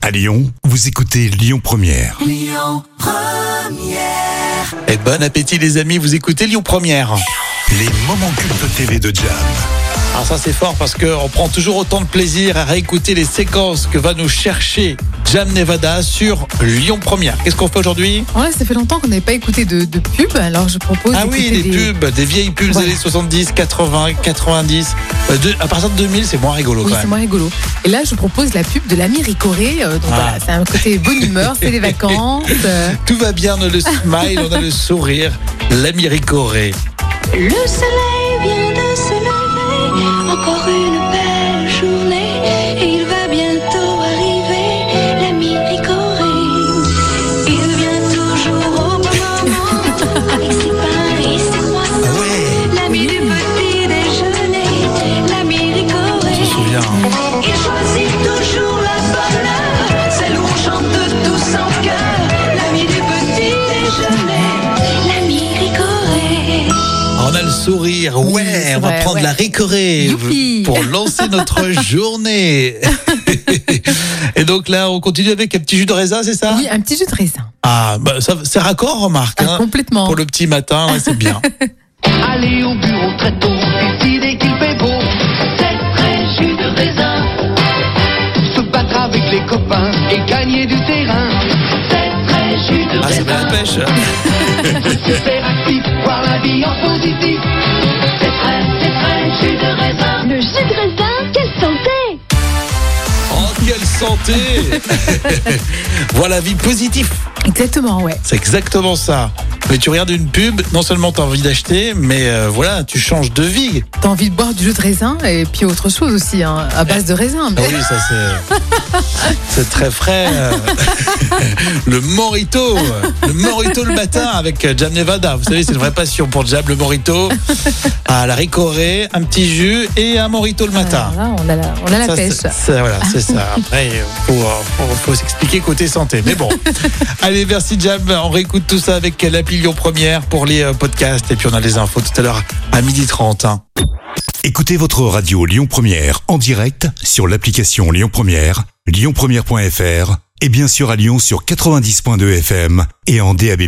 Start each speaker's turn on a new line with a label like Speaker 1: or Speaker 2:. Speaker 1: À Lyon, vous écoutez Lyon Première.
Speaker 2: Et bon appétit les amis, vous écoutez Lyon Première.
Speaker 1: Les moments cultes TV de Jam.
Speaker 2: Alors Ah, ça c'est fort parce qu'on prend toujours autant de plaisir à réécouter les séquences que va nous chercher Jam Nevada sur Lyon Première. Qu'est-ce qu'on fait aujourd'hui
Speaker 3: Ouais, ça fait longtemps qu'on n'avait pas écouté de, de pub, alors je propose.
Speaker 2: Ah oui, les
Speaker 3: d'écouter des-
Speaker 2: pubs, des vieilles pubs des
Speaker 3: Voilà.
Speaker 2: années 70, 80, 90. Euh, de- à partir de 2000 c'est moins rigolo
Speaker 3: Oui,
Speaker 2: quand
Speaker 3: c'est
Speaker 2: même.
Speaker 3: moins rigolo. Et là, je propose la pub de l'ami Ricoré. euh, donc
Speaker 2: Ah.
Speaker 3: voilà, c'est un côté bonne humeur, c'est les vacances. euh,
Speaker 2: Tout va bien, on a le smile, on a le sourire, l'ami Ricoré.
Speaker 4: Le soleil vient de se lever, encore une belle journée, et il va bientôt arriver, l'ami Ricoré. Il vient toujours au bon moment, avec ses pains et ses
Speaker 2: Ah
Speaker 4: croissants.
Speaker 2: ouais,
Speaker 4: L'ami du petit déjeuner, l'ami Ricoré.
Speaker 2: je me souviens. hein.
Speaker 4: Il choisit toujours la bonne heure, celle où on chante tous en cœur, l'ami du petit déjeuner, l'ami Ricoré.
Speaker 2: On a le sourire, ouais,
Speaker 3: c'est
Speaker 2: on va
Speaker 3: vrai,
Speaker 2: prendre
Speaker 3: ouais.
Speaker 2: la récorée
Speaker 3: Youpi.
Speaker 2: pour lancer notre journée. Et donc là, on continue avec un petit jus de raisin, c'est ça
Speaker 3: Oui, un petit jus de raisin.
Speaker 2: Ah, bah, ça, c'est raccord, remarque.
Speaker 3: Ah,
Speaker 2: hein.
Speaker 3: complètement.
Speaker 2: Pour le petit matin, ouais, c'est bien.
Speaker 5: Aller au bureau très tôt et dès qu'il fait beau.
Speaker 4: Cette très jus de raisin,
Speaker 5: Se battre avec les copains et gagner du terrain.
Speaker 4: cette très jus de
Speaker 2: Ah, ça met la
Speaker 4: raisin,
Speaker 2: pêche.
Speaker 5: Super actif, voir la vie en positif.
Speaker 4: c'est très, c'est très jus de raisin. Le jus de raisin, quelle santé
Speaker 2: Oh, quelle santé Voilà, vie positive.
Speaker 3: Exactement, ouais.
Speaker 2: C'est exactement ça. Mais tu regardes une pub, non seulement t'as envie d'acheter, mais euh, voilà, tu changes de vie.
Speaker 3: T'as envie de boire du jus de raisin et puis autre chose aussi, hein, à base de raisin.
Speaker 2: Ah oui, ça c'est. C'est très frais. euh. le morito. Le morito le matin avec Jam Nevada. Vous savez, c'est une vraie passion pour Jam, le morito. À la ricorée, un petit jus et un morito le matin.
Speaker 3: Alors Là, on a la, on a la
Speaker 2: Ça,
Speaker 3: pêche.
Speaker 2: c'est- c'est- voilà, c'est ça. Après, euh, faut, euh, faut- faut s'expliquer côté santé. Mais bon. Allez, merci Jam. On réécoute tout ça avec l'appli Lyon Première pour les euh, podcasts. Et puis on a les infos tout à l'heure à 12h30. hein.
Speaker 1: Écoutez votre radio Lyon Première en direct sur l'application Lyon Première, lyonpremière.fr et bien sûr à Lyon sur 90.2 FM et en DAB+.